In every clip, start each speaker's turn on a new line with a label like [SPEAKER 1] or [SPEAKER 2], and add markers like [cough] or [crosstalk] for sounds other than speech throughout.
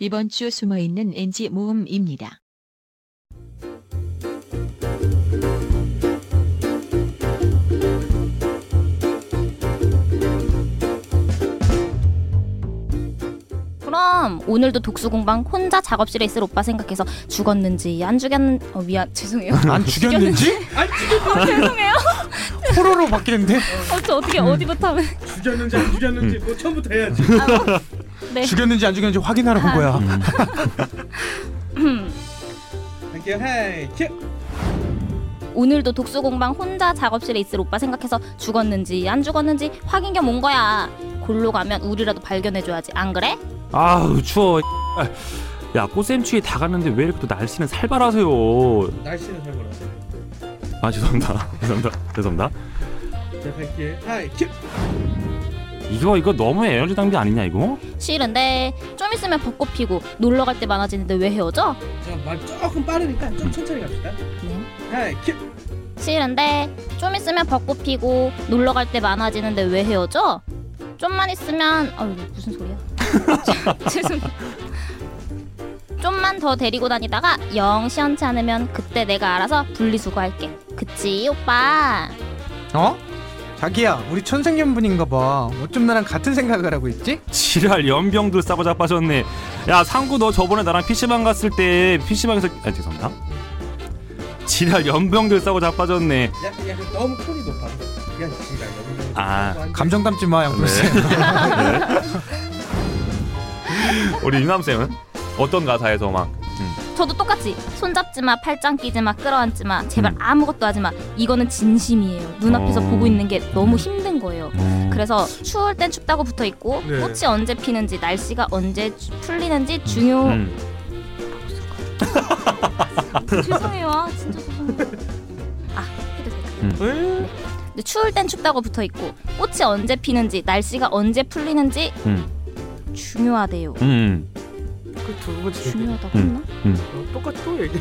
[SPEAKER 1] 이번 주 숨어있는 NG 모음입니다.
[SPEAKER 2] 그럼 오늘도 독수 공방 혼자 작업실에 있을 오빠 생각해서 죽었는지 안 죽였 어 미안 [laughs] 죄송해요.
[SPEAKER 3] 안 [laughs] 죽였는지? 뭐
[SPEAKER 2] 어,
[SPEAKER 3] [laughs]
[SPEAKER 2] 죄송해요.
[SPEAKER 3] 포로로 바뀌는데?
[SPEAKER 2] 어, 저
[SPEAKER 3] 음.
[SPEAKER 2] 어떻게 어디부터 하면
[SPEAKER 4] 죽였는지 안 죽였는지 뭐 처음부터 해야지.
[SPEAKER 2] 네.
[SPEAKER 3] 죽였는지 안 죽였는지 확인하러 온 거야.
[SPEAKER 4] 할게요. 헤이 큐.
[SPEAKER 2] 오늘도 독수 공방 혼자 작업실에 있을 오빠 생각해서 죽었는지 안 죽었는지 확인 겸 온 거야. 골로 가면 우리라도 발견해 줘야지. 안 그래?
[SPEAKER 5] 아우 추워 야 꽃샘추위 다 갔는데 뭐 왜 이렇게 또 날씨는 살벌하세요
[SPEAKER 4] 날씨는 잘 몰랐어.
[SPEAKER 5] 아 죄송합니다 [laughs] 죄송합니다 죄송합니다
[SPEAKER 4] 자 갈게요. 헤이 큐.
[SPEAKER 5] 이거 이거 너무 에너지 낭비 아니냐 이거?
[SPEAKER 2] 싫은데 좀 있으면 벚꽃 피고 놀러 갈 때 많아지는데 왜 헤어져?
[SPEAKER 4] 자말 조금 빠르니까
[SPEAKER 5] 음.
[SPEAKER 4] 좀 천천히 갑시다. 헤이 큐.
[SPEAKER 2] 싫은데 좀 있으면 벚꽃 피고 놀러 갈 때 많아지는데 왜 헤어져? 좀만 있으면 아유 무슨 소리야? [laughs] 죄송. 좀만 더 데리고 다니다가 영 시원치 않으면 그때 내가 알아서 분리수거할게. 그치 오빠?
[SPEAKER 3] 어? 자기야, 우리 천생연분인가 봐. 어쩜 나랑 같은 생각을 하고 있지?
[SPEAKER 5] 지랄 연병들 싸고 자빠졌네 야 상구 너 저번에 나랑 PC방 갔을 때 PC방에서 아 죄송합니다 지랄 연병들 싸고 자빠졌네
[SPEAKER 4] 약간 약간 그 너무 톤이 높아서. 그냥 지가 여기.
[SPEAKER 5] 아,
[SPEAKER 3] 감정 담지 마, 양보 씨.
[SPEAKER 5] 우리 유남쌤은 어떤 가사에서 막
[SPEAKER 2] 저도 똑같이 손잡지 마, 팔짱 끼지 마, 끌어안지 마, 제발 아무것도 하지 마. 이거는 진심이에요. 눈앞에서
[SPEAKER 5] 어.
[SPEAKER 2] 보고 있는 게 너무 힘든 거예요.
[SPEAKER 5] 음,
[SPEAKER 2] 그래서 추울 땐 춥다고 붙어 있고
[SPEAKER 4] 네.
[SPEAKER 2] 꽃이 언제 피는지 날씨가 언제 주- 풀리는지 중요
[SPEAKER 5] 음.
[SPEAKER 2] 죄송해요. 아, 진짜 죄송해요. 아, 해도 될까요?
[SPEAKER 5] 음. 네.
[SPEAKER 2] 근데 추울 땐 춥다고 붙어 있고 꽃이 언제 피는지 날씨가 언제 풀리는지
[SPEAKER 5] 음.
[SPEAKER 2] 중요하대요. 어,
[SPEAKER 5] 음.
[SPEAKER 4] 그두 번째
[SPEAKER 2] 중요하다고
[SPEAKER 5] 음.
[SPEAKER 2] 했나? 아,
[SPEAKER 4] 똑같이 또 얘기.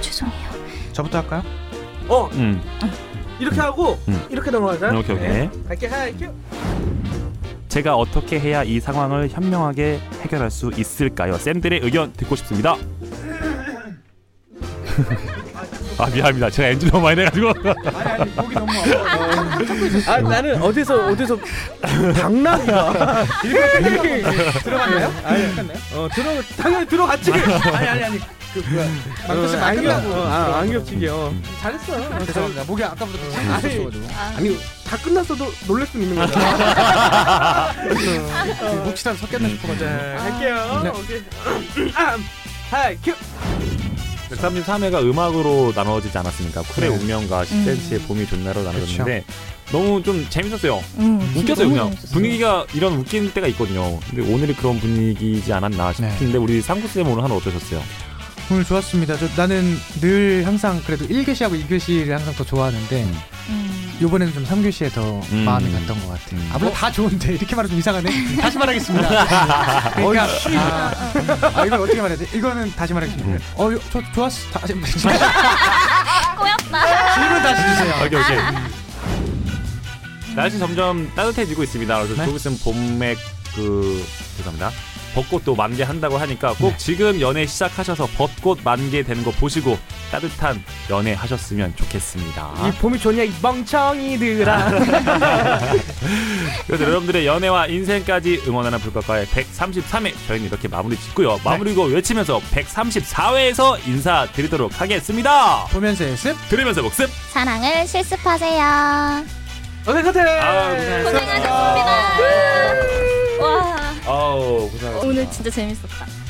[SPEAKER 2] 죄송해요.
[SPEAKER 3] 저부터 할까요?
[SPEAKER 4] 어
[SPEAKER 5] 음.
[SPEAKER 4] 이렇게 하고
[SPEAKER 5] 음.
[SPEAKER 4] 이렇게 넘어가자. 네.
[SPEAKER 5] 오케이 오케이
[SPEAKER 4] 갈게 헤이 큐.
[SPEAKER 5] 제가 어떻게 해야 이 상황을 현명하게 해결할 수 있을까요? 쌤들의 의견 듣고 싶습니다. [laughs] 아 미안합니다. 제가 엔진 너무 많이 내가지고
[SPEAKER 3] 아니, 아니, 목이 너무 아파.
[SPEAKER 5] [laughs]
[SPEAKER 4] 아 나는 어디서 어디서
[SPEAKER 5] [laughs]
[SPEAKER 4] 당나귀가 이렇게
[SPEAKER 3] 들어갔나요? 아니, 끝나요?
[SPEAKER 4] 어 들어
[SPEAKER 5] [laughs]
[SPEAKER 4] 당연히 들어갔지. 아니 아니 아니. 그 뭐야?
[SPEAKER 3] 방금 말 끝나고.
[SPEAKER 4] 어, 아안 겹치게요.
[SPEAKER 3] 잘했어요. 죄송합니다. 목이 아까부터
[SPEAKER 4] 아니.
[SPEAKER 3] 아팠어가지고.
[SPEAKER 4] 아니 다 끝났어도 놀랄 수 있는 거죠.
[SPEAKER 3] 목치랑 섞였나 싶어가지고.
[SPEAKER 4] 할게요.
[SPEAKER 3] 네.
[SPEAKER 4] 오케이. 아, 하이 큐.
[SPEAKER 5] 133회가 음악으로 나눠지지 않았습니까? 쿨의
[SPEAKER 3] 네.
[SPEAKER 5] 운명과
[SPEAKER 2] 음.
[SPEAKER 5] 10cm의 봄이 좋나로 나눠졌는데 너무 좀 재밌었어요.
[SPEAKER 2] 음,
[SPEAKER 5] 웃겼어요
[SPEAKER 2] 그렇죠. 너무
[SPEAKER 5] 그냥
[SPEAKER 2] 재밌었어요.
[SPEAKER 5] 분위기가 이런 웃긴 때가 있거든요. 근데 오늘이 그런 분위기지 않았나 싶은데
[SPEAKER 2] 네.
[SPEAKER 5] 우리 상구 쌤 오늘 하루 어떠셨어요?
[SPEAKER 3] 오늘 좋았습니다. 저 나는 늘 항상 그래도 1교시하고 2교시를 항상 더 좋아하는데
[SPEAKER 5] 음.
[SPEAKER 2] 음.
[SPEAKER 3] 요번에는 좀 3교시에 더
[SPEAKER 5] 음.
[SPEAKER 3] 마음이 갔던 것 같아요.
[SPEAKER 5] 음.
[SPEAKER 3] 아 물론 다 좋은데 이렇게 말하면 좀 이상하네. 다시
[SPEAKER 5] [laughs]
[SPEAKER 3] 말하겠습니다. 그러니까 아, 아, 이걸 어떻게 말해야 돼? 이거는 다시
[SPEAKER 5] 음.
[SPEAKER 3] 말하겠습니다. 어저 좋았어. 다시
[SPEAKER 2] [laughs]
[SPEAKER 3] 한번 질문
[SPEAKER 2] 꼬였다.
[SPEAKER 3] 다시 주세요.
[SPEAKER 5] 오케이 오케이.
[SPEAKER 4] 아.
[SPEAKER 5] 날씨 점점 따뜻해지고 있습니다. 그래서
[SPEAKER 3] 네.
[SPEAKER 5] 조금 있으면 봄에 그 죄송합니다. 벚꽃도 만개한다고 하니까 꼭
[SPEAKER 3] 네.
[SPEAKER 5] 지금 연애 시작하셔서 벚꽃 만개 되는 거 보시고 따뜻한 연애 하셨으면 좋겠습니다.
[SPEAKER 4] 이 봄이 좋냐 이 멍청이들아.
[SPEAKER 5] [laughs] 그래서 여러분들의 연애와 인생까지 응원하는 불법과의 133회 저희는 이렇게 마무리
[SPEAKER 4] 네.
[SPEAKER 5] 짓고요. 마무리고 외치면서 134회에서 인사드리도록 하겠습니다.
[SPEAKER 3] 보면서 예습.
[SPEAKER 5] 들으면서 복습.
[SPEAKER 2] 사랑을 실습하세요.
[SPEAKER 4] 어색 같아.
[SPEAKER 5] 아, 고생하셨어요.
[SPEAKER 2] 고생하셨습니다. 와,
[SPEAKER 5] 아우 고생하셨습니다.
[SPEAKER 2] 오늘 진짜 재밌었다.